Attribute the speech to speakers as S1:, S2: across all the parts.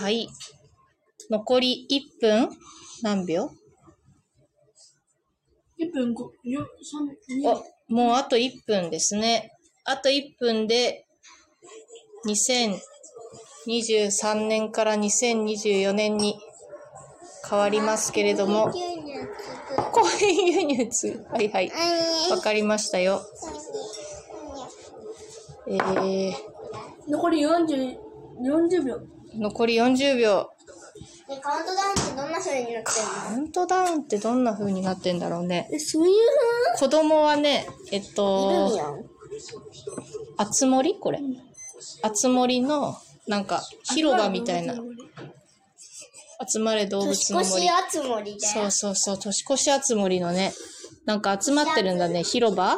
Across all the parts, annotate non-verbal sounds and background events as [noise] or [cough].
S1: はい。残り1分何秒
S2: 1分5、4、3、2
S1: お、もうあと1分ですね。あと1分で、2023年から2024年に変わりますけれども、公園輸入通。はいはい。わかりましたよ。えー、
S2: 残り40、40秒。
S1: 残り40秒。
S3: カウントダウンってどんな風になって
S1: カウントダウンってどんな風になってんだろうね。
S3: るのそういう
S1: 子供はね、えっと、
S3: やん。
S1: あつ森これ。あつ森の、なんか、広場みたいな。集まれ動物
S3: 年
S1: の
S3: 越
S1: 森
S3: し。あつ森で。
S1: そうそうそう、年越し集まりのね、なんか集まってるんだね、広場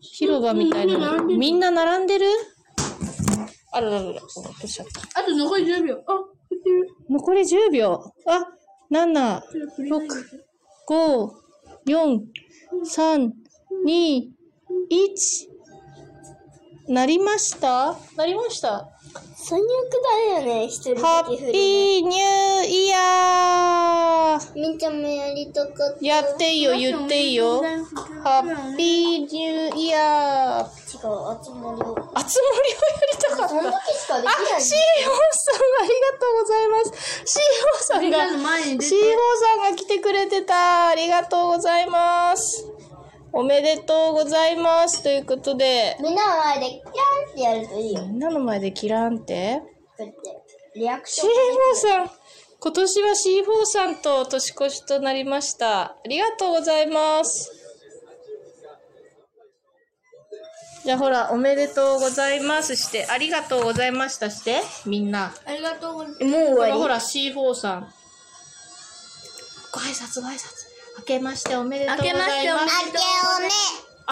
S1: 広場みたいなの。みんな並んでるあらららら、おどうしちゃった。
S2: あと残り10秒。あ、振ってる。
S1: 残り10秒。あ、7、
S2: ちょっと振りない
S1: 6、5、4、3、2、1。なりましたなりました。
S3: ソニックだよね、一人
S1: ハ
S3: だけ
S1: ッ
S3: 振
S1: ピー
S3: り。
S1: ニューイヤー
S3: みんちゃんもやりたかった。
S1: やっていいよ、言っていいよ。ハッピーニューイヤー。
S3: 違う、あつ森を。
S1: あつ森をやりたかっ
S3: そん
S1: た。
S3: だけしかでき
S1: あ、
S3: ない。
S1: シーホーさんありがとうございます。シーホーさん
S2: みんなの
S1: が、
S2: 前に出
S1: シ
S2: て
S1: ーホーさんが来てくれてた。ありがとうございます。おめでとうございます。ということで、
S3: みんなの前で、キャンってやるといいよ。こ
S1: みんなの前でキランって。
S3: うやって。リアクシ
S1: シ
S3: ョ
S1: ー
S3: ン。
S1: ホーさん、今年はシーホーさんと年越しとなりました。ありがとうございます。じゃあほら、おめでとうございますして、ありがとうございましたして、みんな。
S2: ありがとうございます。
S3: もう
S1: ほらほ
S3: り。
S1: ら C4 さんご挨拶ご挨拶明けましておめでとうございます
S3: あけ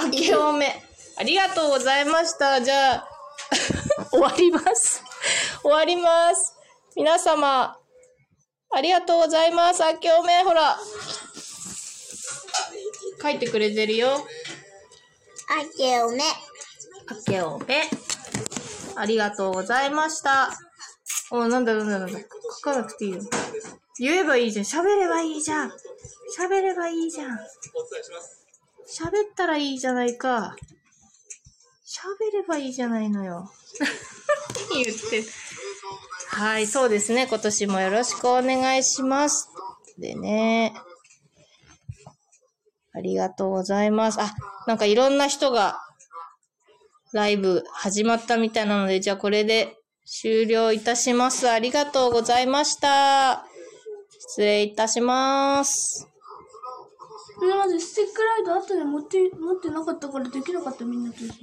S3: おめ。
S1: 明けおめありがとうございましたじゃあ [laughs] 終わります終わります皆様ありがとうございます明けおめほら書いてくれてるよ
S3: あけおめ。
S1: 明けおめ。ありがとうございました。お、なんだなんだなんだ。書かなくていいよ。言えばいいじゃん。喋ればいいじゃん。喋ればいいじゃん。喋ったらいいじゃないか。喋ればいいじゃないのよ。何言ってるはい、そうですね。今年もよろしくお願いします。でね。ありがとうございます。あ、なんかいろんな人がライブ始まったみたいなので、じゃあこれで終了いたします。ありがとうございました。失礼いたします。
S2: みんなまずスティックライト後で持って、持ってなかったからできなかったみんなと一緒に。